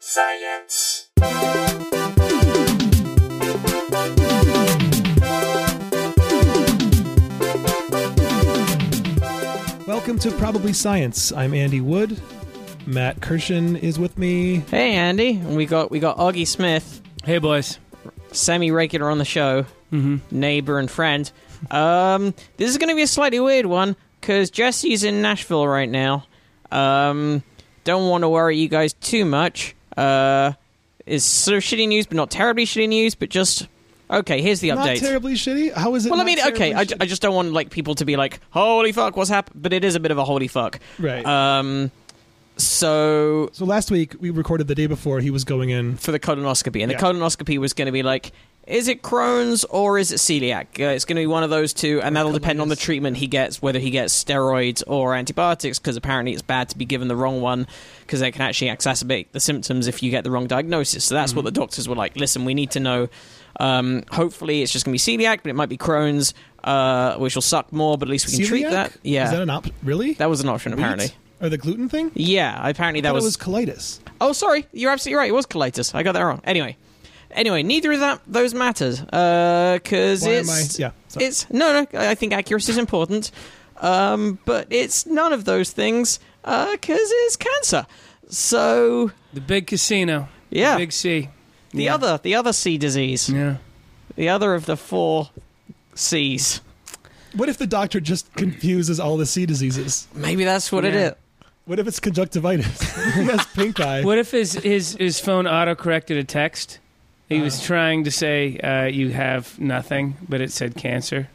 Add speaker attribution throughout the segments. Speaker 1: science.
Speaker 2: Welcome to Probably Science. I'm Andy Wood. Matt Kirshen is with me.
Speaker 3: Hey Andy, we got we got Augie Smith,
Speaker 4: Hey, boys.
Speaker 3: semi regular on the show,
Speaker 2: Mm-hmm.
Speaker 3: neighbor and friend. Um, this is going to be a slightly weird one because Jesse's in Nashville right now. Um, don't want to worry you guys too much. Uh, is sort of shitty news, but not terribly shitty news, but just okay. Here's the
Speaker 2: Not
Speaker 3: update.
Speaker 2: terribly shitty. How is it?
Speaker 3: Well, I
Speaker 2: not
Speaker 3: mean, okay,
Speaker 2: terribly
Speaker 3: I,
Speaker 2: shitty?
Speaker 3: I just don't want like people to be like, "Holy fuck, what's happened?" But it is a bit of a holy fuck.
Speaker 2: Right.
Speaker 3: Um, so
Speaker 2: so last week we recorded the day before he was going in.
Speaker 3: for the colonoscopy, and
Speaker 2: Yeah.
Speaker 3: the colonoscopy was going to be like, is it Crohn's or is it celiac? Uh, it's going to be one of those two, and that'll depend on the treatment he gets, whether he gets steroids or antibiotics, because apparently it's bad to be given the wrong one, because they can actually exacerbate the symptoms if you get the wrong diagnosis. So
Speaker 2: Mm-hmm.
Speaker 3: that's what the doctors were like. Listen, we need to know. Um, hopefully, it's just going to be celiac, but it might be Crohn's, uh, which will suck more, but at least we can treat
Speaker 2: Celiac?
Speaker 3: that. Yeah,
Speaker 2: Is that an op? Really?
Speaker 3: that was an option apparently.
Speaker 2: Wheat? Or the gluten thing?
Speaker 3: Yeah, apparently that
Speaker 2: Thought
Speaker 3: was,
Speaker 2: it was colitis.
Speaker 3: Oh, sorry, you're absolutely right. It was colitis. I got that wrong. Anyway, anyway, neither of that those matters because
Speaker 2: Why am
Speaker 3: it's
Speaker 2: I- yeah, sorry.
Speaker 3: it's no, no. I think accuracy is important, um, but it's none of those things because it's cancer. So
Speaker 4: The big casino.
Speaker 3: Yeah.
Speaker 4: The big C.
Speaker 3: the
Speaker 4: Yeah.
Speaker 3: other, the other C disease,
Speaker 4: Yeah.
Speaker 3: the other of the four C's.
Speaker 2: What if the doctor just confuses all the C diseases?
Speaker 3: Maybe that's what it
Speaker 4: Yeah.
Speaker 3: is.
Speaker 2: What if it's conjunctivitis? he has pink eye.
Speaker 4: What if his, his, his phone auto corrected a text? He
Speaker 2: Uh.
Speaker 4: was trying to say, uh, you have nothing, but it said cancer.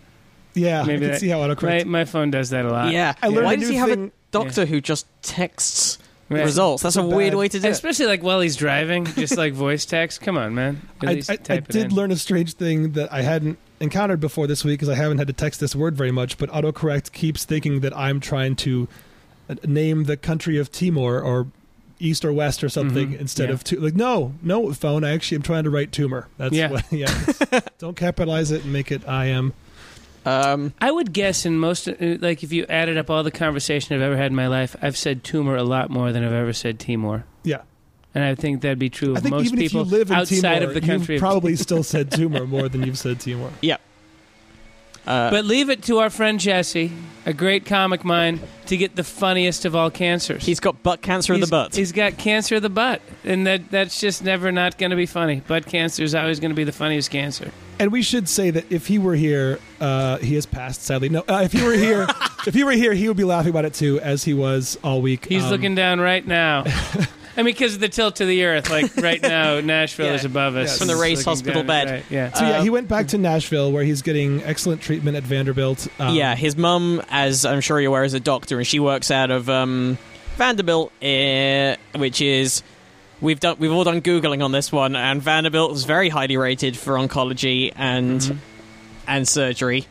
Speaker 2: yeah, I
Speaker 4: Maybe
Speaker 2: can
Speaker 4: that-
Speaker 2: see how autocorrect.
Speaker 4: My, my phone does that a lot.
Speaker 3: yeah.
Speaker 2: Uh, I learned
Speaker 3: Why
Speaker 2: a
Speaker 3: does
Speaker 2: new
Speaker 3: he have a
Speaker 2: thing-
Speaker 3: doctor who just texts
Speaker 4: Right.
Speaker 3: results? That's a
Speaker 2: So
Speaker 3: weird
Speaker 2: bad.
Speaker 3: way to do it.
Speaker 4: Especially like while he's driving, just like voice text. Come on, man. At
Speaker 2: I,
Speaker 4: least
Speaker 2: I, I
Speaker 4: type it
Speaker 2: did
Speaker 4: in.
Speaker 2: learn a strange thing that I hadn't encountered before this week because I haven't had to text this word very much. But autocorrect keeps thinking that I'm trying to uh, name the country of Timor or east or west or something
Speaker 4: Mhm,
Speaker 2: instead
Speaker 4: yeah.
Speaker 2: of tu- like no no phone. I actually am trying to write tumor. That's
Speaker 4: Yeah.
Speaker 2: what. Yeah, it's- don't capitalize it and make it I am.
Speaker 3: Um,
Speaker 4: I would guess in most, uh, like if you added up all the conversation I've ever had in my life, I've said tumor a lot more than I've ever said Timor.
Speaker 2: Yeah,
Speaker 4: And I think that'd be true of
Speaker 2: I think
Speaker 4: most
Speaker 2: even if
Speaker 4: people
Speaker 2: you live in
Speaker 4: outside
Speaker 2: Timor,
Speaker 4: of the country.
Speaker 2: you've
Speaker 4: of-
Speaker 2: probably still said tumor more than you've said Timor.
Speaker 3: uh,
Speaker 4: But leave it to our friend Jesse, a great comic mind, to get the funniest of all cancers.
Speaker 3: he's got butt cancer of the
Speaker 4: He's-
Speaker 3: butt.
Speaker 4: He's got cancer of the butt, and that that's just never not going to be funny. Butt cancer is always going to be the funniest cancer.
Speaker 2: And we should say that if he were here, uh, he has passed. Sadly, no. Uh, if he were here, if he were here, he would be laughing about it too, as he was all week.
Speaker 4: He's
Speaker 2: Um,
Speaker 4: looking down right now. I mean, because of the tilt of the earth, like right now, Nashville
Speaker 3: Yeah.
Speaker 4: is above us
Speaker 2: Yeah, from the
Speaker 4: He's
Speaker 3: Ray's
Speaker 4: looking
Speaker 3: hospital
Speaker 4: down,
Speaker 3: bed.
Speaker 4: right, yeah.
Speaker 2: So yeah,
Speaker 3: Uh,
Speaker 2: he went back to Nashville, where he's getting excellent treatment at Vanderbilt. Um,
Speaker 3: yeah, his mum, as I'm sure you're aware, is a doctor, and she works out of um, Vanderbilt, eh, which is we've done we've all done googling on this one, and Vanderbilt is very highly rated for oncology and and surgery,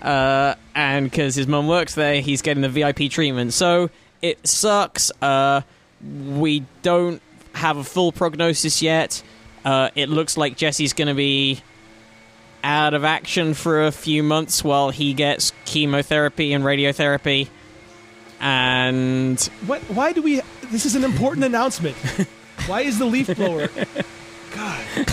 Speaker 3: uh, and because his mum works there, he's getting the VIP treatment. So it sucks. Uh, we don't have a full prognosis yet. Uh, it looks like Jesse's going to be out of action for a few months while he gets chemotherapy and radiotherapy. And
Speaker 2: What? Why do we? This is an important announcement. Why is the leaf blower? God. no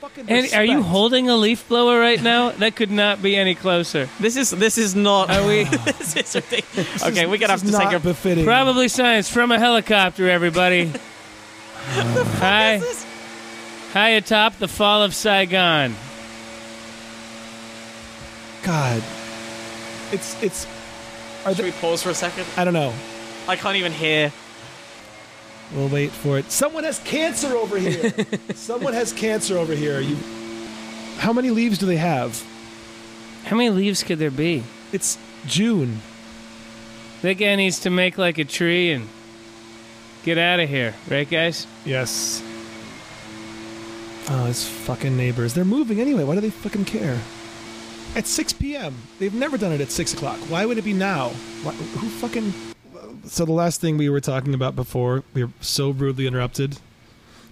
Speaker 2: fucking
Speaker 4: And are you
Speaker 2: respect.
Speaker 4: holding a leaf blower right now? That could not be any closer.
Speaker 3: this is this is not.
Speaker 4: Are we?
Speaker 3: this is ridiculous. Okay, we're
Speaker 2: This
Speaker 3: gonna have
Speaker 2: is
Speaker 3: to take
Speaker 2: not
Speaker 3: a.
Speaker 2: befitting.
Speaker 4: Probably science from a helicopter, everybody. Hi.
Speaker 3: this?
Speaker 4: High atop the fall of Saigon.
Speaker 2: God. It's it's. Are
Speaker 3: Should
Speaker 2: they,
Speaker 3: we pause for a second?
Speaker 2: I don't know.
Speaker 3: I can't even hear.
Speaker 2: We'll wait for it. Someone has cancer over here. Someone has cancer over here. You. How many leaves do they have?
Speaker 4: How many leaves could there be?
Speaker 2: It's June.
Speaker 4: That guy needs to make like a tree and get out of here, right, guys?
Speaker 2: Yes. Oh, his fucking neighbors. They're moving anyway. Why do they fucking care? At 6 p.m. They've never done it at 6 o'clock. Why would it be now? Why, who fucking. So, the last thing we were talking about before, we were so rudely interrupted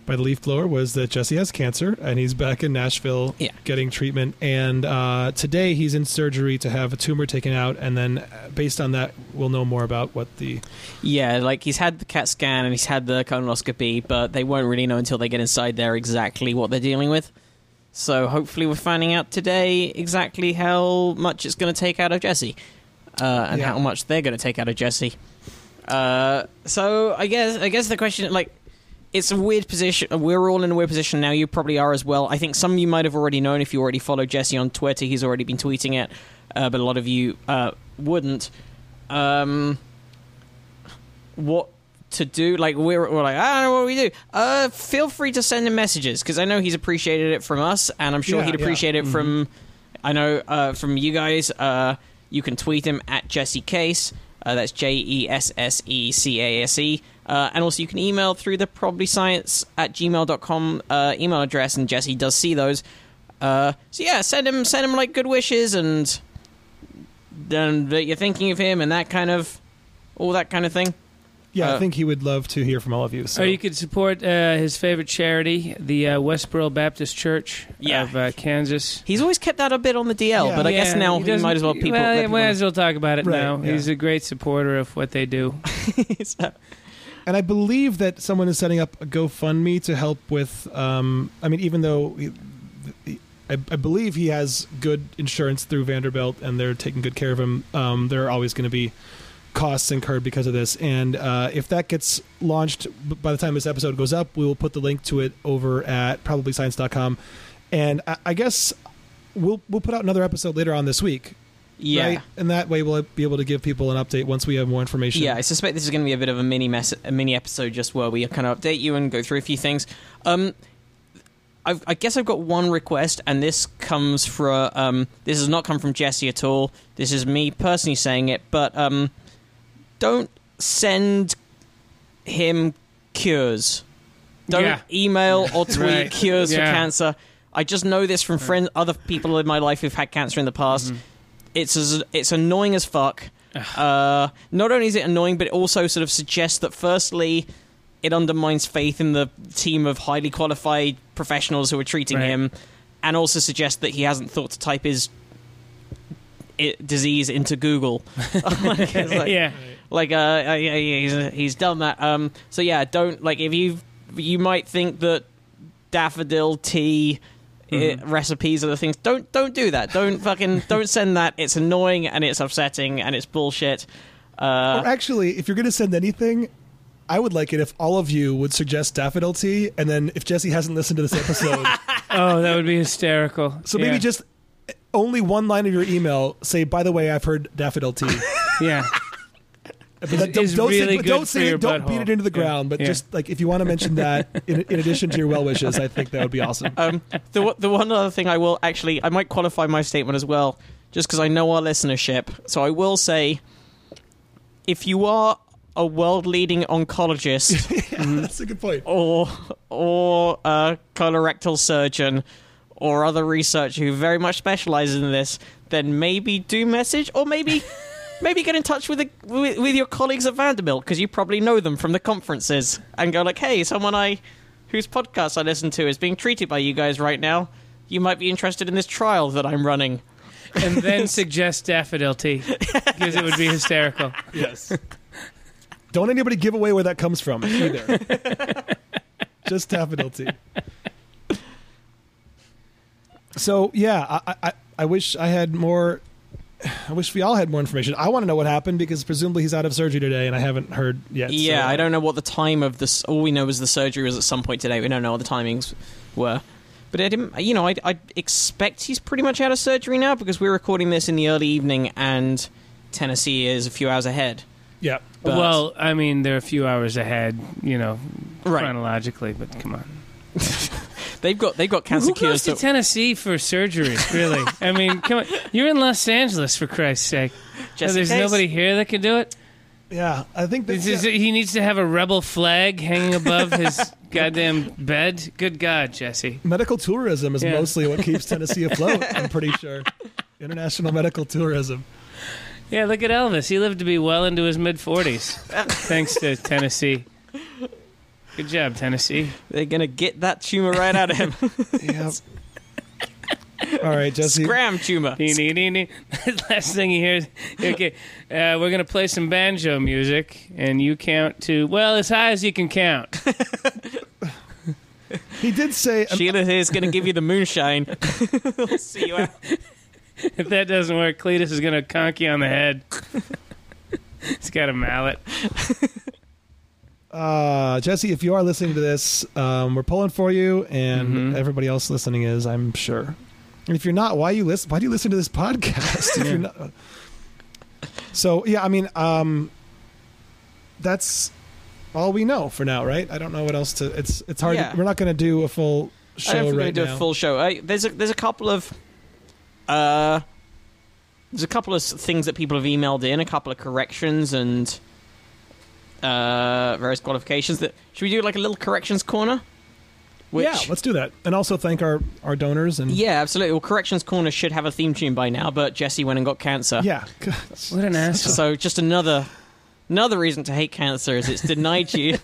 Speaker 2: by the leaf blower was that Jesse has cancer and he's back in Nashville
Speaker 3: Yeah.
Speaker 2: getting treatment. And uh, today he's in surgery to have a tumor taken out. And then uh, based on that, we'll know more about what the.
Speaker 3: Yeah, like he's had the CAT scan and he's had the colonoscopy, but they won't really know until they get inside there exactly what they're dealing with. So hopefully, we're finding out today exactly how much it's going to take out of Jesse, uh, and
Speaker 2: Yeah.
Speaker 3: how much they're going to take out of Jesse. Uh, so I guess I guess the question like. It's a weird position. We're all in a weird position now. You probably are as well. I think some of you might have already known if you already follow Jesse on Twitter. He's already been tweeting it, uh, but a lot of you uh, wouldn't. Um, what to do. Like we're, we're like, I don't know what we do. Uh, feel free to send him messages because I know he's appreciated it from us, and I'm sure
Speaker 2: Yeah,
Speaker 3: he'd
Speaker 2: yeah.
Speaker 3: appreciate it from, I know uh, from you guys. Uh, you can tweet him at Jesse Case. Uh, that's J E S S E C A S E. Uh, and also, you can email through the probably science at gmail.com uh, email address, and Jesse does see those. Uh, so yeah, send him send him like good wishes and then that you're thinking of him and that kind of all that kind of thing.
Speaker 2: Yeah, I
Speaker 3: Uh,
Speaker 2: think he would love to hear from all of you. So
Speaker 4: Or you could support uh, his favorite charity, the uh, Westboro Baptist Church
Speaker 3: Yeah.
Speaker 4: of uh, Kansas.
Speaker 3: He's always kept that a bit on the DL,
Speaker 2: Yeah.
Speaker 3: but I guess
Speaker 4: Yeah,
Speaker 3: now he,
Speaker 4: doesn't-
Speaker 3: might as well people.
Speaker 4: Well,
Speaker 3: let
Speaker 4: yeah,
Speaker 3: people
Speaker 4: might as well talk about it
Speaker 2: Right,
Speaker 4: now.
Speaker 2: yeah.
Speaker 4: He's a great supporter of what they do.
Speaker 3: know. So-
Speaker 2: and I believe that someone is setting up a GoFundMe to help with. Um, I mean, even though he, he- I, I believe he has good insurance through Vanderbilt and they're taking good care of him, um, there are always going to be costs incurred because of this. And uh, if that gets launched b- by the time this episode goes up, we will put the link to it over at probablyscience.com. And I, I guess we'll we'll put out another episode later on this week.
Speaker 3: yeah.
Speaker 2: Right? And that way we'll be able to give people an update once we have more information.
Speaker 3: Yeah, I suspect this is going to be a bit of a mini mess- a mini episode just where we kind of update you and go through a few things. Um, I've, I guess I've got one request, and this comes from um, this has not come from Jesse at all. This is me personally saying it, but um, don't send him cures. Don't
Speaker 4: Yeah.
Speaker 3: email or tweet
Speaker 4: Right.
Speaker 3: cures for
Speaker 4: Yeah.
Speaker 3: cancer. I just know this from friends, other people in my life who've had cancer in the past.
Speaker 4: Mm-hmm.
Speaker 3: It's as, it's annoying as fuck. Uh, not only is it annoying, but it also sort of suggests that firstly, it undermines faith in the team of highly qualified professionals who are treating
Speaker 4: Right.
Speaker 3: him, and also suggests that he hasn't thought to type his i disease into Google. Like, it's like-
Speaker 4: yeah.
Speaker 3: like uh, uh, yeah, yeah, he's he's done that. Um, so yeah, don't like if you you might think that daffodil tea uh recipes are the things. Don't don't do that. Don't fucking don't send that. It's annoying and it's upsetting and it's bullshit. Uh,
Speaker 2: Or Oh, actually, if you're going to send anything, I would like it if all of you would suggest daffodil tea, and then if Jesse hasn't listened to this episode,
Speaker 4: Oh, that would be hysterical.
Speaker 2: so maybe
Speaker 4: Yeah.
Speaker 2: just eh, only one line of your email say, "By the way, I've heard daffodil tea."
Speaker 4: yeah.
Speaker 2: But
Speaker 4: Is-
Speaker 2: that-
Speaker 4: is
Speaker 2: don't
Speaker 4: really
Speaker 2: say,
Speaker 4: good
Speaker 2: don't,
Speaker 4: for
Speaker 2: say
Speaker 4: your
Speaker 2: it, don't beat
Speaker 4: butthole.
Speaker 2: it into the
Speaker 4: Yeah.
Speaker 2: ground, but
Speaker 4: Yeah.
Speaker 2: just like if you want to mention that in, in addition to your well wishes, I think that would be awesome.
Speaker 3: Um, the one- the one other thing I will actually I might qualify my statement as well, just because I know our listenership. So I will say, if you are a world leading oncologist.
Speaker 4: Mm-hmm.
Speaker 2: That's a good point.
Speaker 3: or or a colorectal surgeon or other researcher who very much specializes in this, then maybe do message or maybe maybe get in touch with, the, with with your colleagues at Vanderbilt because you probably know them from the conferences and go like, hey, someone I whose podcast I listen to is being treated by you guys right now. You might be interested in this trial that I'm running.
Speaker 4: And then suggest daffodil tea because it would be hysterical.
Speaker 2: Yes. Don't anybody give away where that comes from either. Just daffodil tea. So yeah, I, I I wish I had more. I wish we all had more information. I want to know what happened because presumably he's out of surgery today, and I haven't heard yet. so-
Speaker 3: yeah, I don't know what the time of this. All we know is the surgery was at some point today. We don't know what the timings were. But I didn't, you know, I, I expect he's pretty much out of surgery now because we're recording this in the early evening and Tennessee is a few hours ahead.
Speaker 2: Yeah,
Speaker 3: But-
Speaker 4: well, I mean, they're a few hours ahead, you know,
Speaker 3: Right.
Speaker 4: chronologically, but come on.
Speaker 3: They've got they've got cancer
Speaker 4: Who goes
Speaker 3: cures.
Speaker 4: to
Speaker 3: that-
Speaker 4: Tennessee for surgery, really? I mean, come on. You're in Los Angeles, for Christ's sake.
Speaker 3: Just in
Speaker 4: There's
Speaker 3: case.
Speaker 4: nobody here that can do it.
Speaker 2: yeah. I think that,
Speaker 4: This is-
Speaker 2: yeah.
Speaker 4: He needs to have a rebel flag hanging above his goddamn bed. Good God, Jesse.
Speaker 2: medical tourism is
Speaker 4: Yeah.
Speaker 2: mostly what keeps Tennessee afloat. I'm pretty sure. International medical tourism.
Speaker 4: Yeah, look at Elvis. He lived to be well into his mid 40s, thanks to Tennessee. Good job, Tennessee.
Speaker 3: They're gonna get that tumor right out of him.
Speaker 2: Yep. All right, Jesse.
Speaker 3: Scram tumor.
Speaker 4: Nee, nee, nee, nee. Last thing you hear is, okay, uh, we're going to play some banjo music, and you count to, well, as high as you can count.
Speaker 2: He did say.
Speaker 3: Sheila here's gonna give you the moonshine. we'll see you out.
Speaker 4: if that doesn't work, Cletus is going to conk you on the head. He's got a mallet.
Speaker 2: Uh, Jesse, if you are listening to this, um, we're pulling for you, and
Speaker 3: Mm-hmm.
Speaker 4: Mhm.
Speaker 2: everybody else listening is, I'm sure. And if you're not, why you listen? Why do you listen to this podcast? if
Speaker 4: Yeah.
Speaker 2: you're not, so yeah, I mean, um, that's all we know for now, right? I don't know what else to. It's it's hard.
Speaker 3: Yeah.
Speaker 2: we're not going to do a full show
Speaker 3: I don't think we're
Speaker 2: right
Speaker 3: gonna do
Speaker 2: now.
Speaker 3: a full show. I, there's a there's a couple of uh there's a couple of s- things that people have emailed in, a couple of corrections and uh various qualifications. That should we do like a little corrections corner? Which,
Speaker 2: yeah, let's do that, and also thank our our donors and
Speaker 3: yeah, absolutely. Well, corrections corner should have a theme tune by now, but Jesse went and got cancer.
Speaker 2: yeah.
Speaker 4: What an asshole.
Speaker 3: So just another another reason to hate cancer is it's denied you.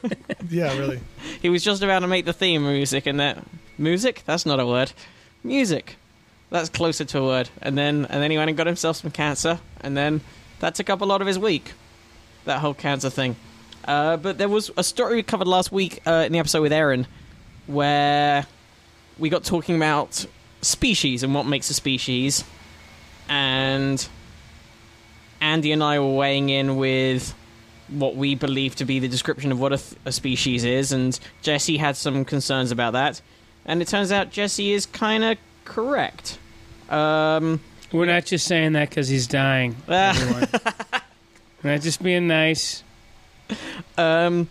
Speaker 2: yeah, really.
Speaker 3: he was just about to make the theme music and that music that's not a word music that's closer to a word and then and then he went and got himself some cancer and then that took up a lot of his week that whole cancer thing uh, but there was a story we covered last week uh, in the episode with aaron where we got talking about species and what makes a species and andy and i were weighing in with what we believe to be the description of what a, th- a species is, and Jesse had some concerns about that. And it turns out Jesse is kind of correct. Um,
Speaker 4: We're not just saying that because he's dying.
Speaker 3: Ah.
Speaker 4: everyone. We're not just being nice.
Speaker 3: um,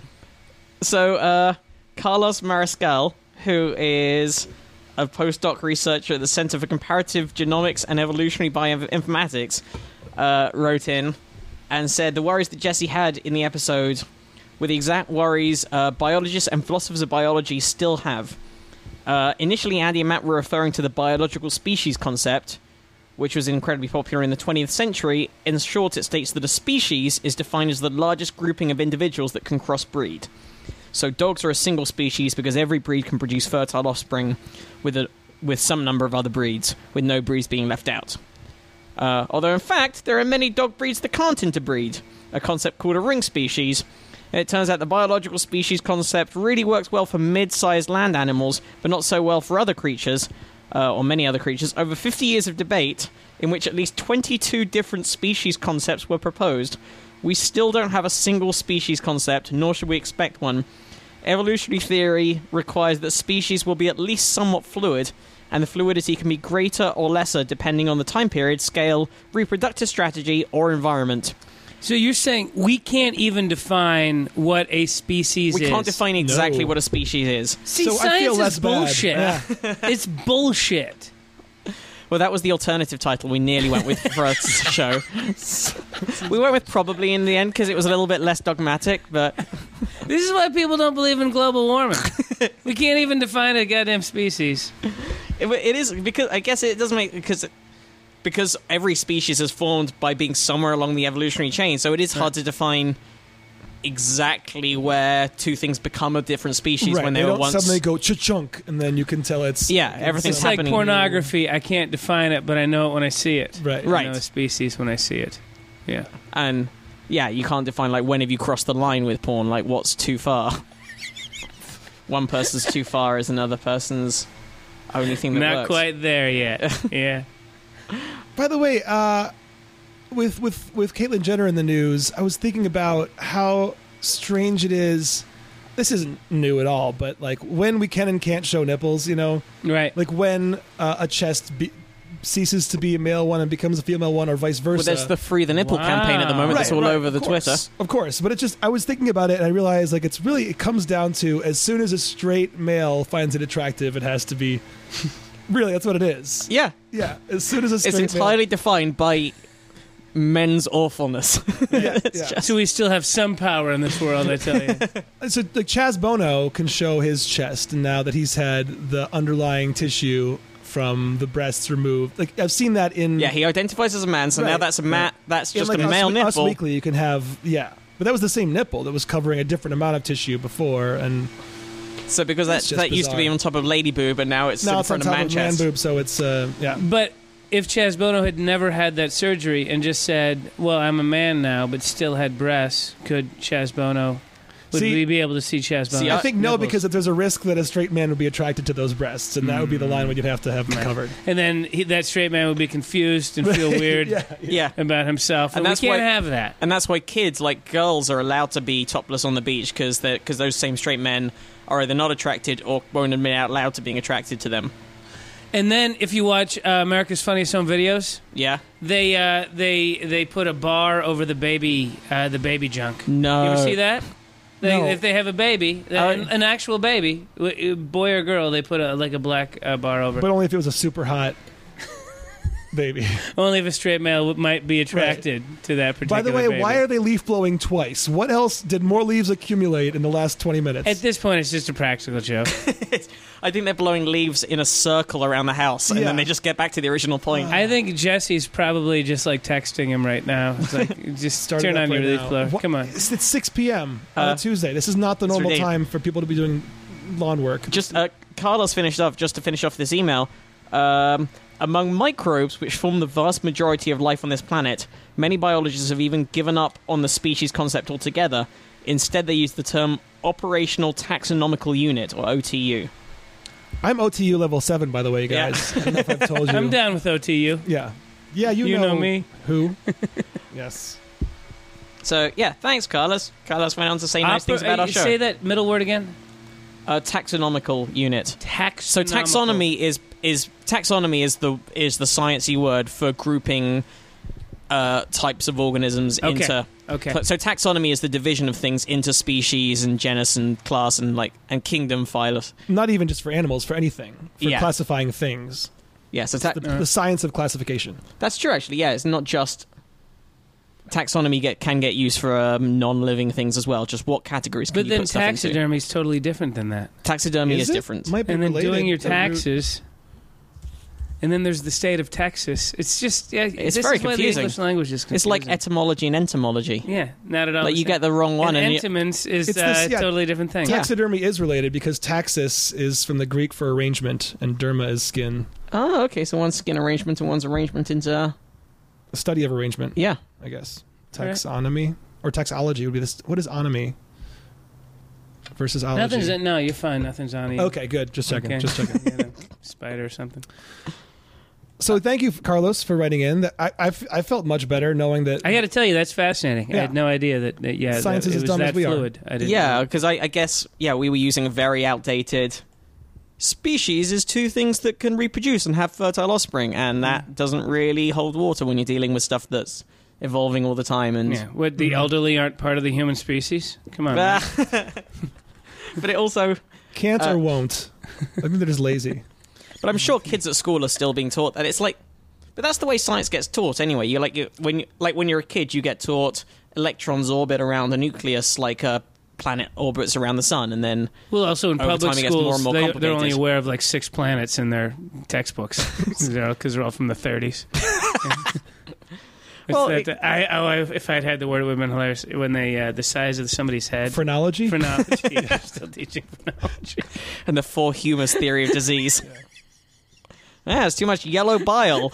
Speaker 3: so uh, Carlos Mariscal, who is a postdoc researcher at the Center for Comparative Genomics and Evolutionary Bioinformatics, uh, wrote in and said the worries that Jesse had in the episode were the exact worries uh, biologists and philosophers of biology still have. Uh, initially, Andy and Matt were referring to the biological species concept, which was incredibly popular in the 20th century. In short, it states that a species is defined as the largest grouping of individuals that can crossbreed. So dogs are a single species because every breed can produce fertile offspring with a with some number of other breeds, with no breeds being left out. Uh, although in fact there are many dog breeds that can't interbreed, a concept called a ring species. And it turns out the biological species concept really works well for mid-sized land animals, but not so well for other creatures, uh, or many other creatures. Over 50 years of debate, in which at least 22 different species concepts were proposed, we still don't have a single species concept, nor should we expect one. Evolutionary theory requires that species will be at least somewhat fluid, and the fluidity can be greater or lesser depending on the time period, scale, reproductive strategy, or environment.
Speaker 4: So you're saying we can't even define what a species
Speaker 3: We
Speaker 4: is?
Speaker 3: can't define exactly
Speaker 2: No.
Speaker 3: what a species is.
Speaker 4: See,
Speaker 2: So I
Speaker 4: science
Speaker 2: feel less
Speaker 4: is
Speaker 2: bad.
Speaker 4: bullshit.
Speaker 2: Yeah.
Speaker 4: it's bullshit.
Speaker 3: Well, that was the alternative title we nearly went with for our show. We went with probably in the end because it was a little bit less dogmatic, but
Speaker 4: This is why people don't believe in global warming. we can't even define a goddamn species.
Speaker 3: It, it is because I guess it doesn't make because because every species is formed by being somewhere along the evolutionary chain, so it is hard to define exactly where two things become a different species
Speaker 2: right.
Speaker 3: when they,
Speaker 2: they
Speaker 3: were
Speaker 2: don't
Speaker 3: once.
Speaker 2: suddenly go cha-chunk, and then you can tell it's
Speaker 3: yeah, everything's
Speaker 4: It's like
Speaker 3: happening.
Speaker 4: pornography. I can't define it, but I know it when I see it.
Speaker 2: right.
Speaker 3: Right.
Speaker 4: I know a species when I see it. Yeah.
Speaker 3: and yeah, you can't define like when have you crossed the line with porn? Like what's too far? One person's too far is another person's only thing that
Speaker 4: Not
Speaker 3: works.
Speaker 4: quite there yet. yeah.
Speaker 2: By the way, uh, with with with Caitlyn Jenner in the news, I was thinking about how strange it is. This isn't new at all, but like when we can and can't show nipples, you know,
Speaker 4: Right.
Speaker 2: like when uh, a chest be- ceases to be a male one and becomes a female one, or vice versa.
Speaker 3: Well, there's the free the nipple
Speaker 4: Wow.
Speaker 3: campaign at the moment.
Speaker 4: Right,
Speaker 3: that's all over
Speaker 2: of
Speaker 3: the
Speaker 2: course,
Speaker 3: Twitter.
Speaker 2: of course. But it just I was thinking about it, and I realized like it's really it comes down to as soon as a straight male finds it attractive, it has to be. really, that's what it is.
Speaker 3: Yeah,
Speaker 2: Yeah, as soon as a straight
Speaker 3: it's entirely defined by men's awfulness.
Speaker 2: male, yeah, yeah.
Speaker 4: So we still have some power in this world, I tell you.
Speaker 2: So like Chaz Bono can show his chest and now that he's had the underlying tissue from the breasts removed. Like I've seen that in
Speaker 3: yeah, he identifies as a man, so now
Speaker 2: Right.
Speaker 3: that's a ma- that's
Speaker 2: in,
Speaker 3: just
Speaker 2: like,
Speaker 3: a
Speaker 2: Us-
Speaker 3: male
Speaker 2: Us
Speaker 3: nipple.
Speaker 2: Weekly you can have yeah. But that was the same nipple that was covering a different amount of tissue before and
Speaker 3: So because that,
Speaker 2: It's just
Speaker 3: that used to be
Speaker 2: bizarre.
Speaker 3: on top of Lady Boob, and now it's
Speaker 2: now
Speaker 3: in
Speaker 2: it's on
Speaker 3: front
Speaker 2: top of
Speaker 3: of
Speaker 2: man
Speaker 3: Manchester.
Speaker 2: boob, so it's uh, yeah.
Speaker 4: But if Chaz Bono had never had that surgery and just said, "Well, I'm a man now," but still had breasts, could Chaz Bono? Would
Speaker 2: See-
Speaker 4: we be able to see Chaz Bono?
Speaker 3: See,
Speaker 2: I think no, because if there's a risk that a straight man would be attracted to those breasts, and that would be
Speaker 3: Mm.
Speaker 2: the line where you'd have to have covered.
Speaker 4: and then he, that straight man would be confused and feel weird
Speaker 2: yeah,
Speaker 3: yeah.
Speaker 4: about himself.
Speaker 3: And
Speaker 4: we
Speaker 3: that's
Speaker 4: can't
Speaker 3: why-
Speaker 4: have that.
Speaker 3: And that's why kids, like girls, are allowed to be topless on the beach because because those same straight men are either not attracted or won't admit out loud to being attracted to them.
Speaker 4: And then if you watch uh, America's Funniest Home Videos,
Speaker 3: Yeah.
Speaker 4: they uh, they they put a bar over the baby uh, the baby junk.
Speaker 3: No.
Speaker 4: You ever see that? They,
Speaker 2: No.
Speaker 4: If they have a baby, uh,
Speaker 3: Oh.
Speaker 4: an, an actual baby, w- uh, boy or girl, they put a, like a black uh, bar over.
Speaker 2: but only if it was a super hot baby.
Speaker 4: Only if a straight male w- might be attracted to that particular.
Speaker 2: By the way,
Speaker 4: baby.
Speaker 2: why are they leaf blowing twice? What else did more leaves accumulate in the last twenty minutes?
Speaker 4: at this point it's just a practical joke?
Speaker 3: I think they're blowing leaves in a circle around the house, and
Speaker 2: Yeah.
Speaker 3: then they just get back to the original point.
Speaker 4: I think Jesse's probably just like texting him right now. It's like just
Speaker 2: Start it
Speaker 4: turn
Speaker 2: up
Speaker 4: on your
Speaker 2: right
Speaker 4: leaf
Speaker 2: now.
Speaker 4: blower.
Speaker 2: What-
Speaker 4: Come on.
Speaker 2: It's, it's six p.m. on
Speaker 3: Uh,
Speaker 2: a Tuesday. This is not the normal
Speaker 3: ridiculous.
Speaker 2: time for people to be doing lawn work.
Speaker 3: just uh, Carlos finished off just to finish off this email. Um, among microbes, which form the vast majority of life on this planet, many biologists have even given up on the species concept altogether. Instead, they use the term operational taxonomical unit or OTU.
Speaker 2: I'm OTU level seven, by the way,
Speaker 3: Yeah.
Speaker 2: guys. I don't know if I've told you.
Speaker 4: I'm down with OTU.
Speaker 2: Yeah, yeah, you,
Speaker 4: You know me.
Speaker 2: Who? yes.
Speaker 3: So yeah, thanks, Carlos. Carlos went on to say nice
Speaker 4: Oper-
Speaker 3: things about
Speaker 4: uh,
Speaker 3: our show.
Speaker 4: Say that middle word again.
Speaker 3: uh, taxonomical unit.
Speaker 4: Tax.
Speaker 3: So taxonomy is is taxonomy is the is the sciencey word for grouping uh, types of organisms
Speaker 4: Okay.
Speaker 3: into
Speaker 4: Okay.
Speaker 3: So taxonomy is the division of things into species and genus and class and like and kingdom phylus.
Speaker 2: Not even just for animals, for anything, for
Speaker 3: Yeah.
Speaker 2: classifying things.
Speaker 3: Yeah, so ta-
Speaker 2: The, the science of classification.
Speaker 3: that's true actually. Yeah, it's not just taxonomy get can get used for um, non-living things as well. Just what categories can
Speaker 4: But
Speaker 3: you
Speaker 4: then
Speaker 3: put stuff into?
Speaker 4: taxidermy is totally different than that.
Speaker 3: Taxidermy is,
Speaker 2: it?
Speaker 3: different.
Speaker 2: Might be
Speaker 4: And then
Speaker 2: related.
Speaker 4: doing your
Speaker 2: But you're-
Speaker 4: taxes. And then there's the state of Texas. It's just yeah.
Speaker 3: It's
Speaker 4: this
Speaker 3: very
Speaker 4: is why
Speaker 3: confusing.
Speaker 4: The English language is confusing.
Speaker 3: It's like etymology and entomology.
Speaker 4: yeah, not at all.
Speaker 3: Like
Speaker 4: the
Speaker 3: you
Speaker 4: same.
Speaker 3: get the wrong one
Speaker 4: and
Speaker 3: and, you-
Speaker 4: entomins is
Speaker 2: It's
Speaker 4: uh,
Speaker 2: this- yeah.
Speaker 4: totally different thing.
Speaker 2: Taxidermy is related because taxis is from the Greek for arrangement and derma is skin.
Speaker 3: Oh, okay. So one's skin arrangement and one's arrangement into
Speaker 2: A study of arrangement,
Speaker 3: yeah.
Speaker 2: I guess.
Speaker 4: All right.
Speaker 2: Taxonomy or taxology would be this. What is onomy versus ology?
Speaker 4: Nothing's no. You're fine. Nothing's on you.
Speaker 2: okay, good. Just checking.
Speaker 4: Okay.
Speaker 2: Just checking.
Speaker 4: You had a spider or something.
Speaker 2: So thank you, Carlos, for writing in. That I, I, f- I felt much better knowing that.
Speaker 4: I got to tell you, that's fascinating. I
Speaker 2: Yeah.
Speaker 4: had no idea that, that yeah,
Speaker 2: Science
Speaker 4: that,
Speaker 2: is
Speaker 4: it
Speaker 2: as
Speaker 4: was
Speaker 2: dumb
Speaker 4: that
Speaker 2: as we are.
Speaker 4: fluid. I didn't
Speaker 3: Yeah,
Speaker 4: know.
Speaker 3: because I, I guess yeah we were using a very outdated species is two things that can reproduce and have fertile offspring, and that doesn't really hold water when you're dealing with stuff that's evolving all the time. And
Speaker 4: Yeah. What
Speaker 3: Mm-hmm.
Speaker 4: the elderly aren't part of the human species? Come on.
Speaker 3: Ah.
Speaker 4: man.
Speaker 3: but it also,
Speaker 2: Can't
Speaker 3: Uh,
Speaker 2: or won't. I think they're just lazy.
Speaker 3: but I'm sure kids at school are still being taught that it's like. But that's the way science gets taught anyway. You like you, when you, like when you're a kid, you get taught electrons orbit around a nucleus like a planet orbits around the sun, and then
Speaker 4: Well, also in
Speaker 3: Over
Speaker 4: public
Speaker 3: time it gets more and
Speaker 4: schools,
Speaker 3: more
Speaker 4: they, they're only
Speaker 3: complicated.
Speaker 4: aware of like six planets in their textbooks because they're all from the 30s. It's
Speaker 3: Well,
Speaker 4: that-
Speaker 3: it-
Speaker 4: I, oh, I, if I'd had the word, it would have been hilarious. When they uh, the size of somebody's head.
Speaker 2: Phrenology.
Speaker 4: Phrenology. I'm still teaching phrenology.
Speaker 3: and the four humus theory of disease. yeah, it's too much yellow bile.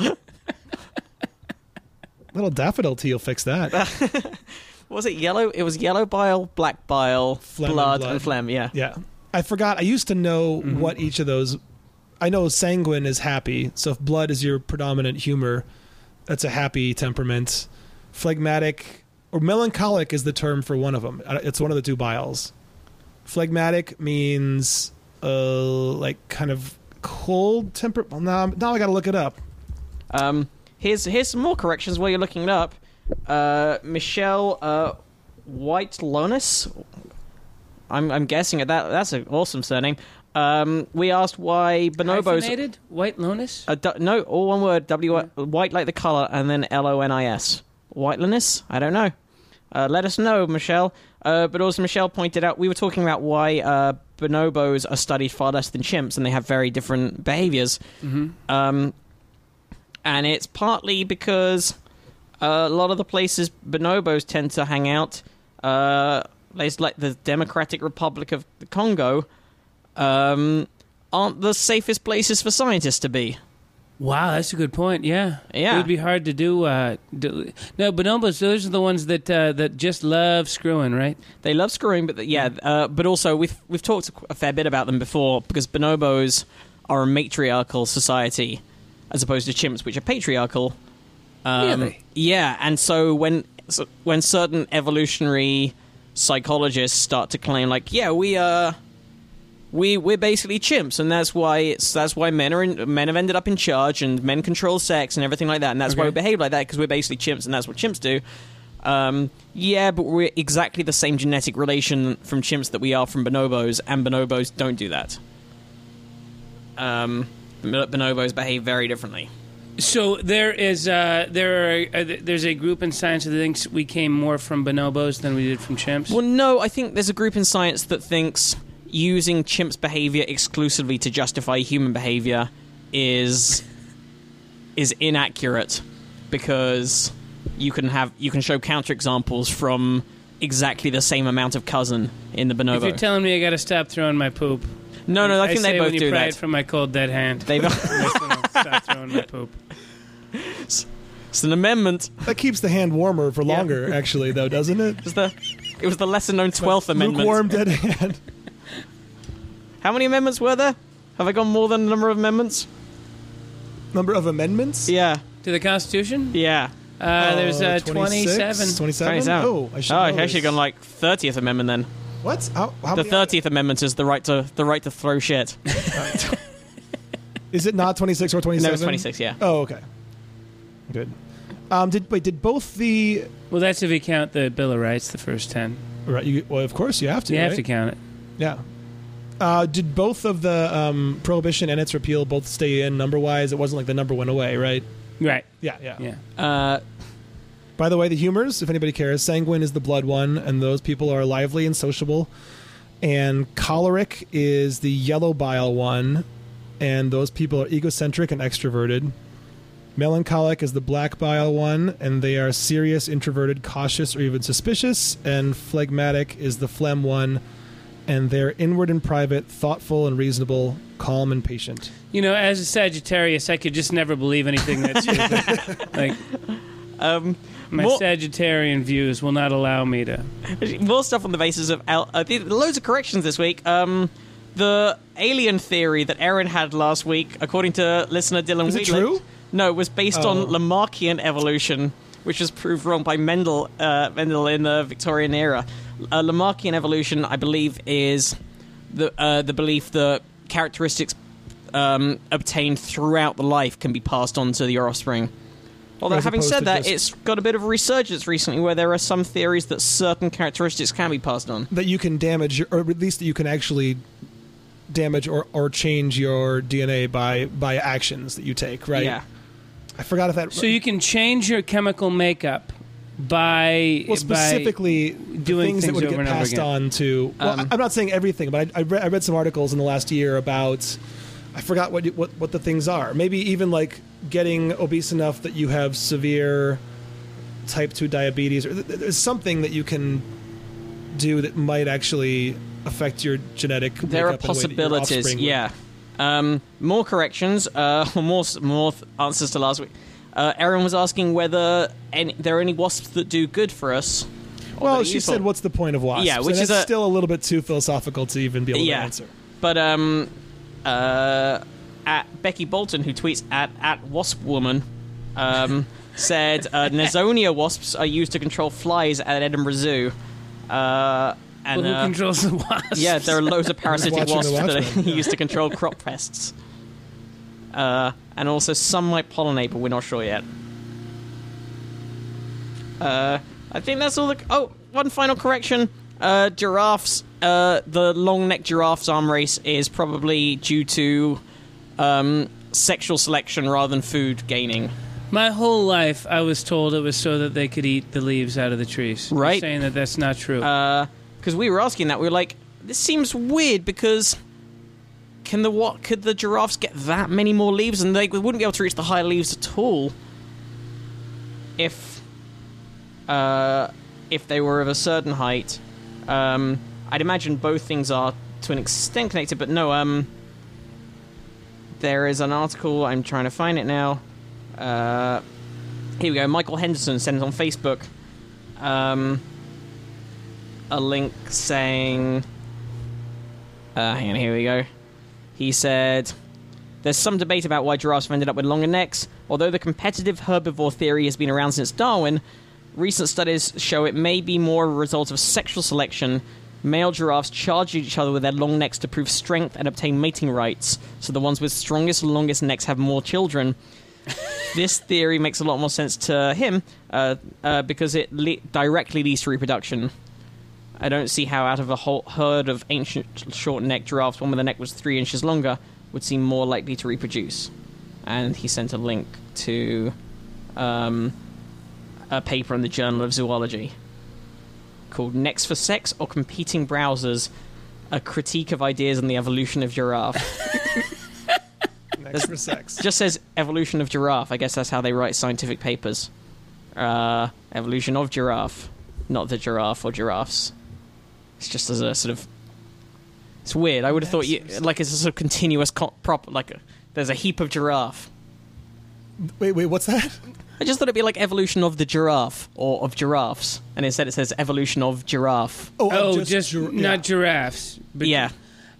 Speaker 2: Little daffodil tea will fix that.
Speaker 3: was it yellow? It was yellow bile, black bile,
Speaker 2: Phlegm and
Speaker 3: blood,
Speaker 2: blood.
Speaker 3: and phlegm. Yeah.
Speaker 2: yeah. I forgot. I used to know what each of those. I know sanguine is happy. So if blood is your predominant humor, that's a happy temperament. Phlegmatic or melancholic is the term for one of them. It's one of the two biles. Phlegmatic means uh, like kind of cold temper. Well, now, now I got to look it up.
Speaker 3: Um, here's here's some more corrections while you're looking it up. Uh, Michelle uh, White Lonis. I'm I'm guessing at that. That's an awesome surname. Um, we asked why bonobos.
Speaker 4: Hyphenated? White lonis?
Speaker 3: Uh, du- no, all one word. W white like the color, and then L O N I S. Whiteliness? I don't know. Uh, let us know, Michelle. Uh, but also, Michelle pointed out we were talking about why uh, bonobos are studied far less than chimps, and they have very different behaviors. Um, and it's partly because uh, a lot of the places bonobos tend to hang out, uh, places like the Democratic Republic of the Congo, um, aren't the safest places for scientists to be.
Speaker 4: Wow, that's a good point. Yeah,
Speaker 3: Yeah.
Speaker 4: it would be hard to do. Uh, do no, bonobos. Those are the ones that uh, that just love screwing, right?
Speaker 3: They love screwing, but th- yeah, uh, but also we've we've talked a fair bit about them before because bonobos are a matriarchal society as opposed to chimps, which are patriarchal. Um,
Speaker 4: Really?
Speaker 3: Yeah, and so when so when certain evolutionary psychologists start to claim, like, yeah, we uh, we we're basically chimps, and that's why it's that's why men are in, men have ended up in charge, and men control sex and everything like that, and that's why
Speaker 4: Okay.
Speaker 3: we behave like that because we're basically chimps, and that's what chimps do. Um, yeah, but we're exactly the same genetic relation from chimps that we are from bonobos, and bonobos don't do that. Um, bonobos behave very differently.
Speaker 4: So there is uh, there are, uh, there's a group in science that thinks we came more from bonobos than we did from chimps.
Speaker 3: Well, no, I think there's a group in science that thinks using chimps' behavior exclusively to justify human behavior is is inaccurate because you can have you can show counterexamples from exactly the same amount of cousin in the
Speaker 4: if you're
Speaker 3: bonobo.
Speaker 4: telling me I got to stop throwing my poop,
Speaker 3: no, no, I think
Speaker 4: say
Speaker 3: they both
Speaker 4: when you
Speaker 3: do
Speaker 4: pry
Speaker 3: that.
Speaker 4: it from my cold dead hand.
Speaker 3: They've
Speaker 4: That's when I'll stop throwing my poop.
Speaker 3: it's an amendment.
Speaker 2: That keeps the hand warmer for longer, actually, though, doesn't it?
Speaker 3: It was the it was the lesser known twelfth amendment.
Speaker 2: Lukewarm dead hand.
Speaker 3: How many amendments were there? Have I gone more than the number of amendments?
Speaker 2: Number of amendments?
Speaker 3: Yeah,
Speaker 4: To the Constitution?
Speaker 3: yeah.
Speaker 4: Uh, there's uh,
Speaker 2: 26?
Speaker 4: 27.
Speaker 2: 27?
Speaker 3: Turns out-
Speaker 2: Oh, I should
Speaker 3: oh,
Speaker 2: know
Speaker 3: I should
Speaker 2: this.
Speaker 3: have gone like thirtieth amendment then.
Speaker 2: What? How, how
Speaker 3: The
Speaker 2: many-
Speaker 3: Thirtieth Amendment is the right to the right to throw shit.
Speaker 2: Is it not 26 or 27?
Speaker 3: No, it's twenty six. Yeah,
Speaker 2: Oh, okay. Good. Um, did wait? Did both the
Speaker 4: Well, that's if you count the Bill of Rights, the first 10.
Speaker 2: right? You, well, of course you have to.
Speaker 4: You have
Speaker 2: right?
Speaker 4: to count it.
Speaker 2: Yeah. Uh, did both of the um, prohibition and its repeal both stay in number wise? It wasn't like the number went away, right?
Speaker 4: Right.
Speaker 2: Yeah, yeah,
Speaker 4: Yeah.
Speaker 3: uh,
Speaker 2: By the way, the humors, if anybody cares, sanguine is the blood one, and those people are lively and sociable. And choleric is the yellow bile one, and those people are egocentric and extroverted. Melancholic is the black bile one, and they are serious, introverted, cautious, or even suspicious. And phlegmatic is the phlegm one, and they're inward and private, thoughtful and reasonable, calm and patient.
Speaker 4: You know, as a Sagittarius, I could just never believe anything that's like
Speaker 3: um,
Speaker 4: my
Speaker 3: Well-
Speaker 4: Sagittarian views will not allow me to.
Speaker 3: more stuff on the basis of al- uh, th- loads of corrections this week. Um, the alien theory that Aaron had last week, according to listener Dylan,
Speaker 2: Is it
Speaker 3: Wheatland-
Speaker 2: true?
Speaker 3: No, was based on
Speaker 2: Oh.
Speaker 3: Lamarckian evolution, which was proved wrong by Mendel. Uh, Mendel in the Victorian era. Uh, Lamarckian evolution, I believe, is the uh, the belief that characteristics um, obtained throughout the life can be passed on to your offspring. Although,
Speaker 2: As
Speaker 3: having
Speaker 2: opposed
Speaker 3: said
Speaker 2: to
Speaker 3: that,
Speaker 2: just-
Speaker 3: it's got a bit of a resurgence recently where there are some theories that certain characteristics can be passed on.
Speaker 2: that you can damage, or at least that you can actually damage or, or change your DNA by by actions that you take. Right?
Speaker 3: Yeah.
Speaker 2: I forgot if that.
Speaker 4: So you can change your chemical makeup by
Speaker 2: well, specifically
Speaker 4: doing
Speaker 2: the things, that
Speaker 4: things
Speaker 2: would
Speaker 4: over
Speaker 2: get
Speaker 4: and over
Speaker 2: passed
Speaker 4: again.
Speaker 2: on to. Well,
Speaker 3: Um,
Speaker 2: I- I'm not saying everything, but I, I, read, I read some articles in the last year about. I forgot what, you- what what the things are. Maybe even like getting obese enough that you have severe type two diabetes, or th- th- there's something that you can do that might actually affect your genetic.
Speaker 3: there are
Speaker 2: makeup and the way that your
Speaker 3: possibilities.
Speaker 2: offspring would-
Speaker 3: Yeah. Um, more corrections. Uh, more more th- answers to last week. Uh, Erin was asking whether any, there are any wasps that do good for us. or that
Speaker 2: Well,
Speaker 3: are
Speaker 2: she
Speaker 3: useful.
Speaker 2: said, "What's the point of wasps?"
Speaker 3: Yeah, which
Speaker 2: and
Speaker 3: is
Speaker 2: that's
Speaker 3: a-
Speaker 2: still a little bit too philosophical to even be able
Speaker 3: Yeah.
Speaker 2: to answer.
Speaker 3: But um, uh, at Becky Bolton, who tweets at at Wasp Woman, um, said uh, Nazonia wasps are used to control flies at Edinburgh Zoo. Uh, and
Speaker 4: Well, who
Speaker 3: uh,
Speaker 4: controls the wasps?
Speaker 3: yeah, there are loads of parasitic
Speaker 2: watching
Speaker 3: wasps
Speaker 2: The
Speaker 3: that are
Speaker 2: Watchmen,
Speaker 3: used to control crop pests. Uh, and also, some might pollinate, but we're not sure yet. Uh, I think that's all the. Oh, one final correction. Uh, giraffes, uh, the long necked giraffe's arm race is probably due to um, sexual selection rather than food gaining.
Speaker 4: My whole life, I was told it was so that they could eat the leaves out of the trees. You're
Speaker 3: Right. Uh,
Speaker 4: saying that that's not true.
Speaker 3: because we were asking that. We were like, this seems weird because can the what could the giraffes get that many more leaves and they wouldn't be able to reach the higher leaves at all if uh, if they were of a certain height. Um, I'd imagine both things are to an extent connected, but no. Um, there is an article. I'm trying to find it now. Uh, here we go. Michael Henderson sends on Facebook um, a link saying, uh, "Hang on, here we go." He said. There's some debate about why giraffes have ended up with longer necks. Although the competitive herbivore theory has been around since Darwin, recent studies show it may be more a result of sexual selection. Male giraffes charge each other with their long necks to prove strength and obtain mating rights, so the ones with strongest, longest necks have more children. this theory makes a lot more sense to him uh, uh, because it le- directly leads to reproduction. I don't see how out of a whole herd of ancient short-necked giraffes, one with a neck was three inches longer would seem more likely to reproduce. And he sent a link to um, a paper in the Journal of Zoology called "Necks for Sex or Competing Browsers: A Critique of Ideas on the Evolution of Giraffe."
Speaker 2: Next for sex.
Speaker 3: It just says "evolution of giraffe." I guess that's how they write scientific papers. Uh, evolution of giraffe, not the giraffe or giraffes. It's just as a sort of. It's weird. I would have thought you
Speaker 2: That's-
Speaker 3: like it's a sort of continuous co- prop. Like a, there's a heap of giraffe.
Speaker 2: Wait, wait, what's that?
Speaker 3: I just thought it'd be like evolution of the giraffe or of giraffes, and instead it says evolution of giraffe.
Speaker 4: Oh,
Speaker 2: I'm
Speaker 4: just,
Speaker 2: gir-
Speaker 4: not giraffes. But
Speaker 3: yeah,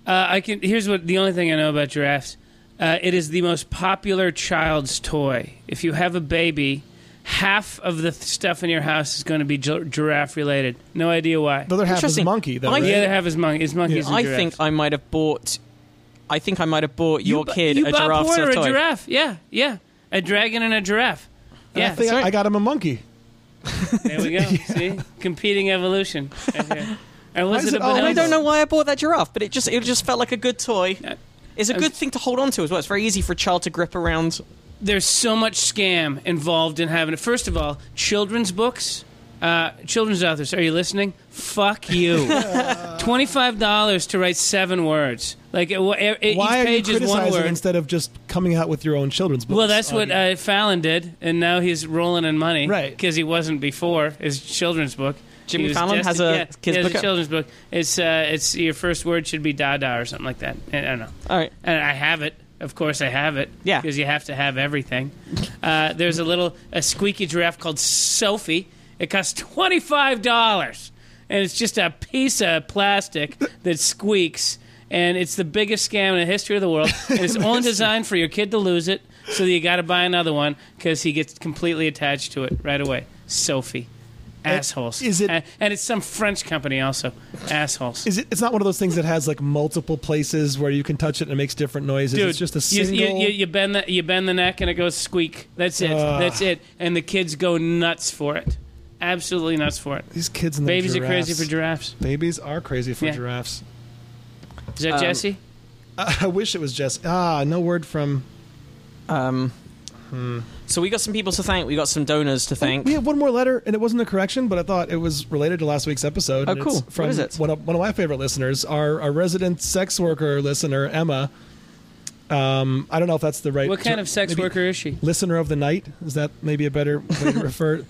Speaker 4: Uh, I can. Here's what the only thing I know about giraffes. Uh, it is the most popular child's toy. If you have a baby, half of the th- stuff in your house is going to be gi- giraffe related. No idea why.
Speaker 2: The other half is
Speaker 3: Interesting.
Speaker 2: monkey, though.
Speaker 3: I-
Speaker 2: right?
Speaker 4: The other half is monkey. Is monkeys? and
Speaker 3: I
Speaker 4: giraffes.
Speaker 3: think I might have bought. I think I might have bought your
Speaker 4: bu-
Speaker 3: kid
Speaker 4: you
Speaker 3: a
Speaker 4: bought
Speaker 3: giraffe's
Speaker 4: Porter
Speaker 3: toy.
Speaker 4: a giraffe. Yeah, yeah, a dragon and a giraffe.
Speaker 2: And
Speaker 4: Yeah,
Speaker 2: I think
Speaker 3: that's right.
Speaker 2: I got him a monkey.
Speaker 4: there we go. See, competing evolution. Right here. And was
Speaker 2: is
Speaker 4: it
Speaker 2: it
Speaker 4: a
Speaker 2: always-
Speaker 3: And I
Speaker 4: banana?
Speaker 3: don't know why I bought that giraffe, but it just it just felt like a good toy. It's a good thing to hold on to as well. It's very easy for a child to grip around.
Speaker 4: there's so much scam involved in having it. First of all, children's books, uh, children's authors. Are you listening? Fuck you. Twenty-five dollars to write seven words. Like it, it, each
Speaker 2: Why are you
Speaker 4: page is one
Speaker 2: criticizing
Speaker 4: word.
Speaker 2: instead of just coming out with your own children's books?
Speaker 4: well, that's
Speaker 2: on
Speaker 4: what uh, Fallon did, and now he's rolling in money,
Speaker 2: Right.
Speaker 4: Because he wasn't before his children's book.
Speaker 3: Jimmy
Speaker 4: He was
Speaker 3: Fallon has a
Speaker 4: yeah,
Speaker 3: kid's
Speaker 4: he has
Speaker 3: book
Speaker 4: a
Speaker 3: out.
Speaker 4: children's book. It's uh, it's your first word should be da da or something like that. I I don't know.
Speaker 3: All right.
Speaker 4: and I have it. Of course, I have it.
Speaker 3: Yeah.
Speaker 4: because you have to have everything. Uh, there's a little a squeaky giraffe called Sophie. It costs twenty five dollars, and it's just a piece of plastic that squeaks. And it's the biggest scam in the history of the world. And it's only designed for your kid to lose it, so that you got to buy another one because he gets completely attached to it right away. Sophie, assholes.
Speaker 2: is it-
Speaker 4: And, and it's some French company also. Assholes.
Speaker 2: Is it, it's not one of those things that has like multiple places where you can touch it and it makes different noises.
Speaker 4: Dude,
Speaker 2: it's just a
Speaker 4: you-
Speaker 2: single.
Speaker 4: You, you, you bend the you bend the neck and it goes squeak. That's it.
Speaker 2: Ugh.
Speaker 4: That's it. And the kids go nuts for it. Absolutely nuts for it.
Speaker 2: These kids and their
Speaker 4: Babies are crazy
Speaker 2: giraffes.
Speaker 4: for giraffes.
Speaker 2: Babies are crazy for
Speaker 4: Yeah.
Speaker 2: giraffes.
Speaker 4: Is that
Speaker 3: Um,
Speaker 4: Jesse?
Speaker 2: I wish it was Jess. Ah, no word from.
Speaker 3: Um,
Speaker 2: Hmm.
Speaker 3: So we got some people to thank. We got some donors to thank.
Speaker 2: We have one more letter, and it wasn't a correction, but I thought it was related to last week's episode.
Speaker 3: Oh,
Speaker 2: and it's
Speaker 3: cool.
Speaker 2: From
Speaker 3: What is it?
Speaker 2: One of, one of my favorite listeners, our, our resident sex worker listener, Emma. Um, I don't know if that's the right.
Speaker 4: What kind
Speaker 2: ter-
Speaker 4: of sex
Speaker 2: maybe
Speaker 4: worker is she?
Speaker 2: Listener of the night is that maybe a better way to refer?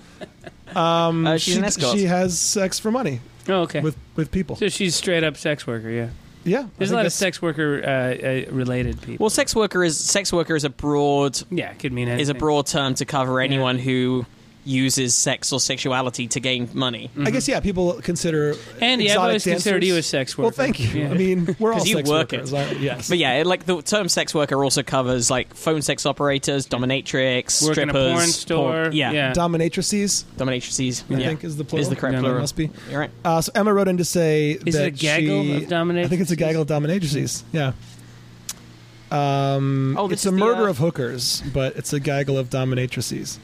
Speaker 3: Uh, she's an escort.
Speaker 2: Mm-hmm. she has sex for money
Speaker 4: Oh, okay.
Speaker 2: with with people.
Speaker 4: so she's straight up sex worker. Yeah.
Speaker 2: Yeah, I
Speaker 4: There's
Speaker 2: think
Speaker 4: a lot of
Speaker 2: that's-
Speaker 4: sex worker uh, uh, related people.
Speaker 3: well, sex worker is sex worker is a broad
Speaker 4: yeah, it could mean anything.
Speaker 3: is a broad term to cover anyone who uses sex or sexuality to gain money.
Speaker 4: Mm.
Speaker 2: I guess yeah, people consider
Speaker 4: Mm-hmm. Andy, I've
Speaker 2: exotic
Speaker 4: always considered
Speaker 2: dancers-
Speaker 4: you a sex worker.
Speaker 2: Well, thank you.
Speaker 4: Yeah.
Speaker 2: I mean, we're all
Speaker 3: 'Cause you
Speaker 2: sex
Speaker 3: work
Speaker 2: workers.
Speaker 3: it.
Speaker 2: I- yes,
Speaker 3: But yeah, it- like the term sex worker also covers like phone sex operators, dominatrix,
Speaker 4: Work in a
Speaker 3: strippers,
Speaker 4: porn store.
Speaker 3: yeah,
Speaker 4: Yeah.
Speaker 2: dominatrices.
Speaker 3: dominatrices.
Speaker 2: I
Speaker 3: yeah.
Speaker 2: think is the plural.
Speaker 3: Is the correct
Speaker 4: No, no.
Speaker 3: plural.
Speaker 2: must be.
Speaker 3: You're right.
Speaker 2: Uh, so Emma wrote in to say
Speaker 4: Is
Speaker 2: that
Speaker 4: it a gaggle
Speaker 2: she,
Speaker 4: of dominatrixes?
Speaker 2: I think it's a gaggle of dominatrices. Yeah. Um,
Speaker 3: Oh, this
Speaker 2: it's a
Speaker 3: is the,
Speaker 2: murder
Speaker 3: uh,
Speaker 2: of hookers, but it's a gaggle of dominatrices.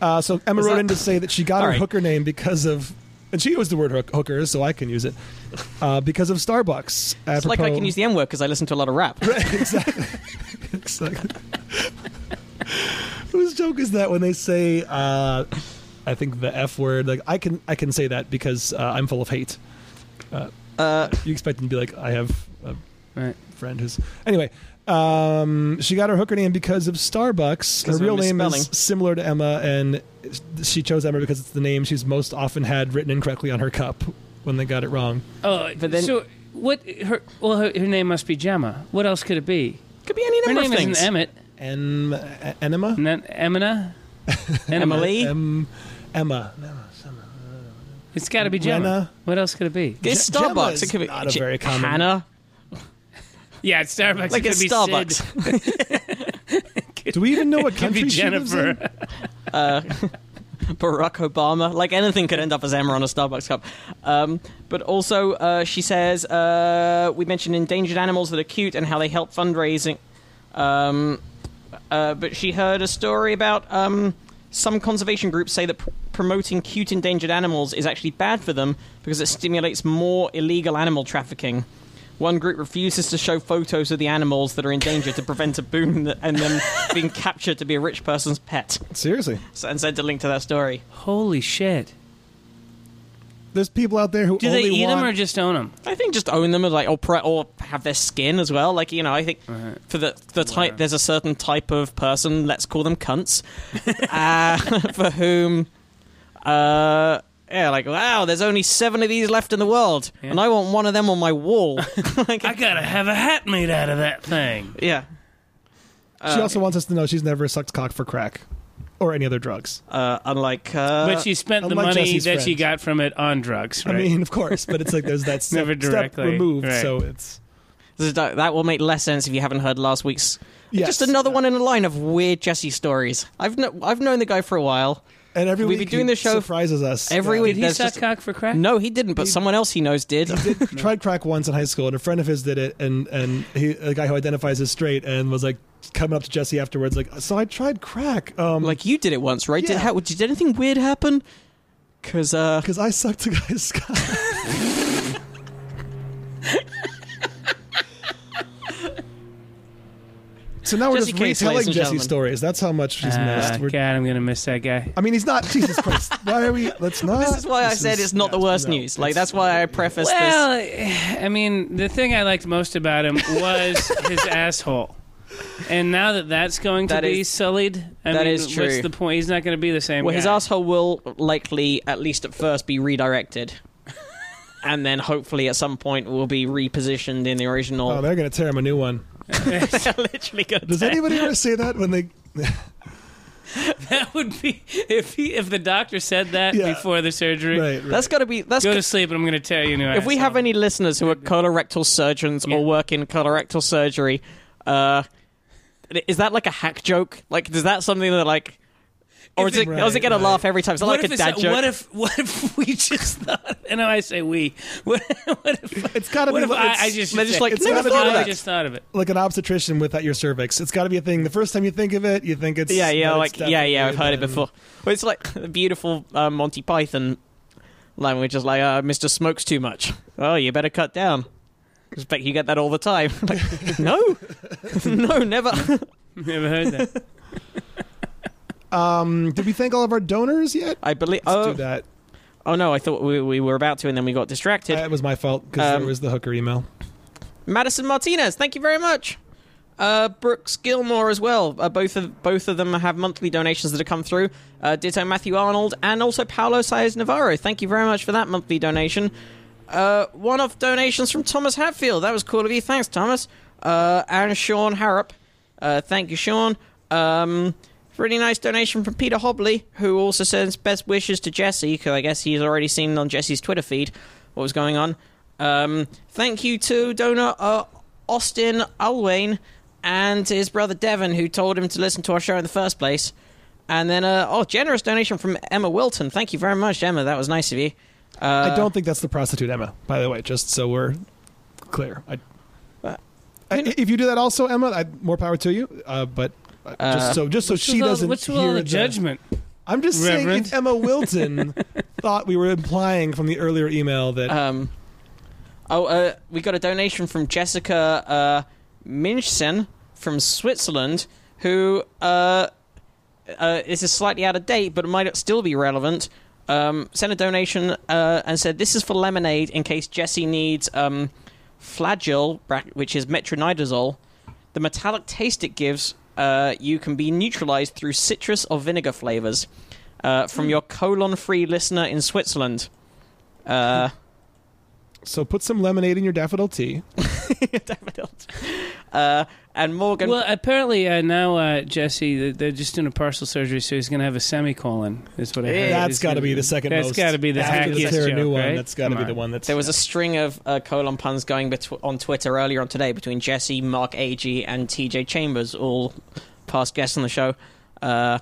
Speaker 2: Uh, so Emma
Speaker 3: Was
Speaker 2: wrote
Speaker 3: that-
Speaker 2: in to say that she got her
Speaker 3: All right.
Speaker 2: hooker name because of, and she used the word hook, hooker, so I can use it uh, because of Starbucks.
Speaker 3: It's like I can use the M word because I listen to a lot of rap.
Speaker 2: exactly. exactly. Whose joke is that when they say, uh, I think the F word? Like I can I can say that because uh, I'm full of hate.
Speaker 3: Uh,
Speaker 2: You expect them to be like, I have a
Speaker 4: Right.
Speaker 2: friend who's anyway. Um, she got her hooker name because of Starbucks. Her
Speaker 3: of a
Speaker 2: real name is
Speaker 3: misspelling.
Speaker 2: similar to Emma, and she chose Emma because it's the name she's most often had written incorrectly on her cup when they got it wrong.
Speaker 4: Oh,
Speaker 3: But then-
Speaker 4: so What her? Well, her, her name must be Gemma. What else could it be?
Speaker 3: Could be any
Speaker 4: Her
Speaker 3: number
Speaker 4: name
Speaker 3: of things.
Speaker 4: isn't Emmett.
Speaker 2: En- e- enema?
Speaker 4: And then Emina.
Speaker 3: Emily.
Speaker 2: Em- Emma.
Speaker 4: It's got to be Gemma.
Speaker 2: Rena.
Speaker 4: What else could it be?
Speaker 3: it's
Speaker 2: Gemma
Speaker 3: Starbucks.
Speaker 2: is
Speaker 3: it could be
Speaker 2: not a
Speaker 3: J-
Speaker 2: very common-
Speaker 3: Hannah.
Speaker 4: Yeah, it's Starbucks.
Speaker 3: Like
Speaker 4: it
Speaker 3: it's
Speaker 4: could be
Speaker 3: Starbucks.
Speaker 4: Sid.
Speaker 2: Do we even know what
Speaker 4: It could
Speaker 2: country
Speaker 4: be
Speaker 2: she lives in?
Speaker 4: Jennifer.
Speaker 3: Barack Obama. Like anything could end up as Emma on a Starbucks cup. Um, but also, uh, she says uh, we mentioned endangered animals that are cute and how they help fundraising. Um, uh, but she heard a story about um, some conservation groups say that pr- promoting cute endangered animals is actually bad for them because it stimulates more illegal animal trafficking. One group refuses to show photos of the animals that are in danger to prevent a boom and them being captured to be a rich person's pet.
Speaker 2: Seriously.
Speaker 3: So- and sent a link to that story.
Speaker 4: Holy shit!
Speaker 2: There's people out there who
Speaker 4: Do
Speaker 2: only
Speaker 4: they eat
Speaker 2: want
Speaker 4: them or just own them?
Speaker 3: I think just own them, or like, or, pre- or have their skin as well. Like, you know, I think for the the type, there's a certain type of person. Let's call them cunts, uh, for whom, uh, yeah, like, wow, there's only seven of these left in the world, and I want one of them on my wall. Like,
Speaker 4: I gotta have a hat made out of that thing.
Speaker 3: yeah,
Speaker 2: She also wants us to know she's never sucked cock for crack or any other drugs.
Speaker 3: uh, unlike uh,
Speaker 4: But she spent the
Speaker 2: unlike
Speaker 4: money
Speaker 2: Jesse's
Speaker 4: that she
Speaker 2: friend.
Speaker 4: got from it on drugs. Right?
Speaker 2: I mean, of course, but it's like there's that step,
Speaker 4: Never
Speaker 2: step
Speaker 4: directly,
Speaker 2: removed,
Speaker 4: right.
Speaker 2: so it's
Speaker 3: this is- that will make less sense if you haven't heard last week's.
Speaker 2: Yes.
Speaker 3: Just another one in a line of weird Jesse stories. I've kno- I've known the guy for a while.
Speaker 2: and every
Speaker 3: We've
Speaker 2: week
Speaker 3: been doing
Speaker 2: he
Speaker 3: the show f-
Speaker 2: surprises us
Speaker 3: every
Speaker 2: Yeah.
Speaker 3: week.
Speaker 4: did he
Speaker 3: That's
Speaker 4: suck
Speaker 3: just-
Speaker 4: cock for crack?
Speaker 3: No, he didn't, but someone else he knows did.
Speaker 2: He did, tried crack once in high school, and a friend of his did it, and and he, a guy who identifies as straight, and was like coming up to Jesse afterwards, like, so I tried crack, um,
Speaker 3: Like you did it once, right? Did
Speaker 2: Yeah.
Speaker 3: how, did anything weird happen? Cause uh,
Speaker 2: because I sucked a guy's cock. so now we're
Speaker 3: Just
Speaker 2: just,
Speaker 3: in case, ladies
Speaker 2: retelling Jesse's
Speaker 3: and gentlemen. Uh,
Speaker 2: stories. That's how much she's
Speaker 4: Ah,
Speaker 2: missed. We're,
Speaker 4: God, I'm gonna miss that guy.
Speaker 2: I mean, he's not Jesus Christ. Why are we? Let's not.
Speaker 3: this is why I
Speaker 2: This
Speaker 3: said
Speaker 2: is-
Speaker 3: it's not the
Speaker 2: no,
Speaker 3: worst
Speaker 2: no,
Speaker 3: news. Like
Speaker 2: it's-
Speaker 3: that's why I preface this.
Speaker 4: Well, I mean, the thing I liked most about him was his asshole. And now that that's going to
Speaker 3: That
Speaker 4: be
Speaker 3: is-
Speaker 4: sullied, I
Speaker 3: that
Speaker 4: mean,
Speaker 3: is true.
Speaker 4: what's the point? He's not going to be the same.
Speaker 3: Well, his
Speaker 4: guy.
Speaker 3: asshole will likely, at least at first, be redirected, and then hopefully at some point will be repositioned in the original.
Speaker 2: Oh, they're gonna tear him a new one.
Speaker 3: They're literally good.
Speaker 2: Does anybody ever say that when they?
Speaker 4: That would be if he, if the doctor said that
Speaker 2: Yeah.
Speaker 4: before the surgery.
Speaker 2: Right, right.
Speaker 3: That's got to be. That's
Speaker 4: Go
Speaker 3: go-
Speaker 4: to sleep, and I'm going to tear you. a New
Speaker 3: if we
Speaker 4: asshole.
Speaker 3: have any listeners who are colorectal surgeons
Speaker 4: Yeah.
Speaker 3: or work in colorectal surgery, uh, is that like a hack joke? Like, does that something that like, or
Speaker 4: If
Speaker 3: is it,
Speaker 4: it-
Speaker 3: or is it gonna
Speaker 2: Right,
Speaker 3: laugh every time? Is that
Speaker 4: what
Speaker 3: like
Speaker 4: if
Speaker 3: a
Speaker 4: it's
Speaker 3: dad
Speaker 4: not-
Speaker 3: joke?
Speaker 4: What if what if we just thought? And I say we. What, what if?
Speaker 2: It's gotta
Speaker 4: What
Speaker 2: be.
Speaker 4: if I, I
Speaker 2: it's
Speaker 4: just
Speaker 3: they're just
Speaker 4: say-
Speaker 3: like,
Speaker 4: it's
Speaker 2: "Never
Speaker 4: gotta
Speaker 2: thought
Speaker 4: be-
Speaker 2: of
Speaker 4: I
Speaker 2: that."
Speaker 4: just thought of it.
Speaker 2: like an obstetrician without your cervix. It's got to be a thing. The first time you think of it, you think it's
Speaker 3: Yeah, yeah,
Speaker 2: but
Speaker 3: like
Speaker 2: it's
Speaker 3: yeah, yeah. I've
Speaker 2: definitely
Speaker 3: heard it
Speaker 2: been-
Speaker 3: before. Well, it's like the beautiful uh, Monty Python language is like, uh, "Mr. Smokes too much. Oh, you better cut down." I Expect you get that all the time. Like, no, no, never.
Speaker 4: Never heard that.
Speaker 2: Um, did we thank all of our donors yet?
Speaker 3: I believe.
Speaker 2: Let's
Speaker 3: Oh,
Speaker 2: do that.
Speaker 3: oh no, I thought we, we were about to, and then we got distracted.
Speaker 2: That was my fault because
Speaker 3: Um,
Speaker 2: there was the hooker email.
Speaker 3: Madison Martinez, thank you very much. Uh, Brooks Gilmore as well. Uh, both of both of them have monthly donations that have come through. Uh, ditto Matthew Arnold and also Paolo Saez Navarro. Thank you very much for that monthly donation. Uh, one-off donations from Thomas Hatfield. That was cool of you. Thanks, Thomas. Uh, and Sean Harrop. Uh, thank you, Sean. Um, really nice donation from Peter Hobley, who also sends best wishes to Jesse, because I guess he's already seen on Jesse's Twitter feed what was going on. Um, thank you to donor uh, Austin Alwain and his brother Devon, who told him to listen to our show in the first place. And then, uh, oh, generous donation from Emma Wilton. Thank you very much, Emma. That was nice of you. Uh,
Speaker 2: I don't think that's the prostitute Emma, by the way. Just so we're clear. I,
Speaker 3: Uh,
Speaker 2: I- if you do that also, Emma, I, more power to you. Uh, but uh,
Speaker 3: Uh,
Speaker 2: just so just so
Speaker 4: What's
Speaker 2: she
Speaker 4: with all-
Speaker 2: doesn't
Speaker 4: What's with
Speaker 2: hear
Speaker 4: all the
Speaker 2: the-
Speaker 4: judgment?
Speaker 2: I'm just saying,
Speaker 4: Reverend?
Speaker 2: if Emma Wilton thought we were implying from the earlier email that
Speaker 3: Um, oh, uh, we got a donation from Jessica uh, Minchsen from Switzerland, who uh, uh, this is slightly out of date, but it might still be relevant. Um, sent a donation uh, and said, "This is for lemonade in case Jesse needs um, flagyl, bra- which is metronidazole. The metallic taste it gives uh, you can be neutralized through citrus or vinegar flavors." Uh, from your colon-free listener in Switzerland. Uh,
Speaker 2: So put some lemonade in your daffodil tea.
Speaker 3: Daffodils. Uh, and Morgan.
Speaker 4: Well, apparently uh, now uh, Jesse, th- they're just doing a partial surgery, so he's going to have a semicolon. Is what I heard.
Speaker 2: That's
Speaker 4: He's
Speaker 2: got to
Speaker 4: gonna-
Speaker 2: be the second.
Speaker 4: That's
Speaker 2: most-
Speaker 4: got to be the
Speaker 2: after the
Speaker 4: hackiest
Speaker 2: Sarah
Speaker 4: joke,
Speaker 2: New one.
Speaker 4: right?
Speaker 2: That's got to be
Speaker 4: Come
Speaker 2: the
Speaker 4: on.
Speaker 2: one that's.
Speaker 3: there was a string of uh, colon puns going betw- on Twitter earlier on today between Jesse, Mark Agee, and TJ Chambers, all past guests on the show. Uh,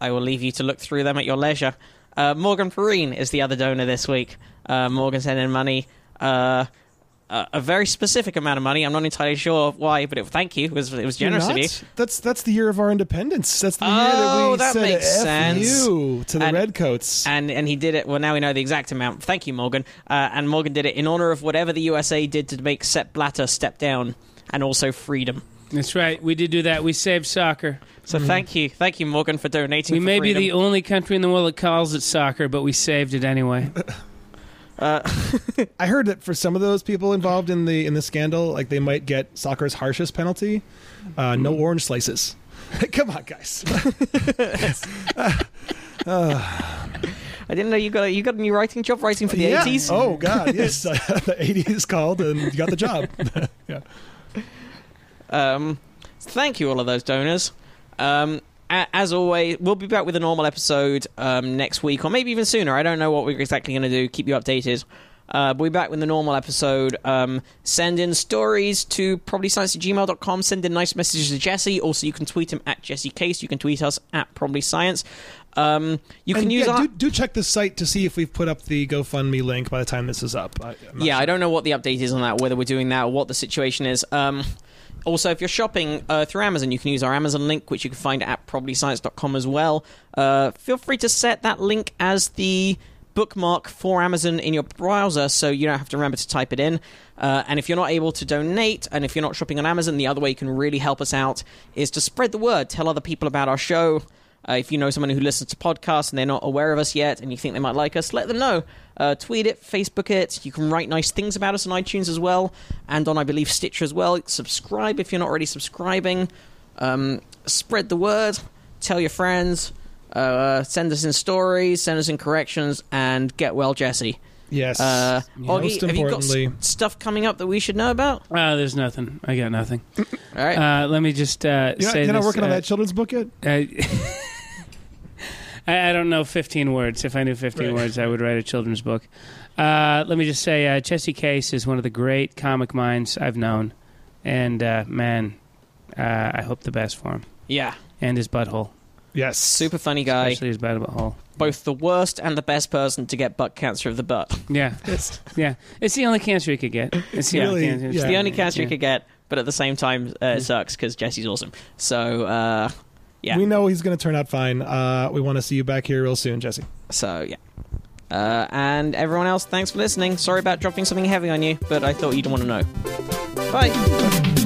Speaker 3: I will leave you to look through them at your leisure. Uh, Morgan Perrine is the other donor this week. Uh, Morgan sent in money, uh, a, a very specific amount of money. I'm not entirely sure why, but it, thank you. It was, it was
Speaker 2: You're
Speaker 3: generous of
Speaker 2: not?
Speaker 3: you.
Speaker 2: That's that's the year of our independence. That's the year that
Speaker 3: Oh,
Speaker 2: we
Speaker 3: that
Speaker 2: said
Speaker 3: makes
Speaker 2: F
Speaker 3: sense.
Speaker 2: you to the
Speaker 3: And-
Speaker 2: redcoats.
Speaker 3: and and he did it. Well, now we know the exact amount. Thank you, Morgan. Uh, and Morgan did it in honor of whatever the USA did to make Sepp Blatter step down, and also freedom.
Speaker 4: That's right. We did do that. We saved soccer.
Speaker 3: So thank you, thank you, Morgan, for donating.
Speaker 4: We
Speaker 3: for
Speaker 4: may
Speaker 3: freedom.
Speaker 4: be the only country in the world that calls it soccer, but we saved it anyway.
Speaker 3: Uh,
Speaker 2: I heard that for some of those people involved in the in the scandal, like they might get soccer's harshest penalty, uh, no orange slices. Come on, guys.
Speaker 3: I didn't know you got a, you got a new writing job, writing for the
Speaker 2: Yeah.
Speaker 3: eighties.
Speaker 2: Oh God, yes. the eighties called and you got the job. yeah.
Speaker 3: Um, thank you, all of those donors. Um, a- as always, we'll be back with a normal episode um, next week, or maybe even sooner. I don't know what we're exactly going to do. Keep you updated. Uh, we'll be back with the normal episode. Um, send in stories to probablyscience@gmail.com. Send in nice messages to Jesse. Also, you can tweet him at Jesse Case. You can tweet us at Probably Science. Um, you can
Speaker 2: And
Speaker 3: use
Speaker 2: yeah,
Speaker 3: our.
Speaker 2: do, do check the site to see if we've put up the GoFundMe link by the time this is up. I, I'm not
Speaker 3: yeah,
Speaker 2: sure.
Speaker 3: I don't know what the update is on that, whether we're doing that or what the situation is. Um, also, if you're shopping uh, through Amazon, you can use our Amazon link, which you can find at probablyscience.com as well. Uh, feel free to set that link as the bookmark for Amazon in your browser so you don't have to remember to type it in. Uh, and if you're not able to donate and if you're not shopping on Amazon, the other way you can really help us out is to spread the word, tell other people about our show. Uh, if you know someone who listens to podcasts and they're not aware of us yet and you think they might like us, let them know. Uh, tweet it, Facebook it. You can write nice things about us on iTunes as well, and on, I believe, Stitcher as well. Subscribe if you're not already subscribing. Um, spread the word. Tell your friends. Uh, send us in stories, send us in corrections, and get well, Jesse.
Speaker 2: Yes.
Speaker 3: Uh, Augie,
Speaker 2: Most
Speaker 3: have you got s-
Speaker 2: importantly,
Speaker 3: stuff coming up that we should know about?
Speaker 4: Ah, there's nothing. I got nothing.
Speaker 3: All right.
Speaker 4: Uh, let me just uh,
Speaker 2: you're, not,
Speaker 4: say
Speaker 2: you're not
Speaker 4: this,
Speaker 2: working on
Speaker 4: uh,
Speaker 2: that children's book yet.
Speaker 4: I, I I don't know 15 words. If I knew 15
Speaker 2: Right.
Speaker 4: words, I would write a children's book. Uh, let me just say, uh, Jesse Case is one of the great comic minds I've known. And, uh, man, uh, I hope the best for him.
Speaker 3: yeah.
Speaker 4: And his butthole.
Speaker 2: Yes.
Speaker 3: Super funny guy.
Speaker 4: Especially his butthole.
Speaker 3: Both the worst and the best person to get butt cancer of the butt.
Speaker 4: Yeah,
Speaker 2: Yes.
Speaker 4: yeah. It's the only cancer you could get. It's the
Speaker 2: Really,
Speaker 4: only cancer.
Speaker 2: yeah.
Speaker 3: It's the only cancer
Speaker 4: Yeah.
Speaker 3: you could get, but at the same time, uh, it sucks because Jesse's awesome. So, uh, yeah.
Speaker 2: We know he's going to turn out fine. Uh, we want to see you back here real soon, Jesse.
Speaker 3: so, yeah. Uh, and everyone else, thanks for listening. Sorry about dropping something heavy on you, but I thought you'd want to know. Bye.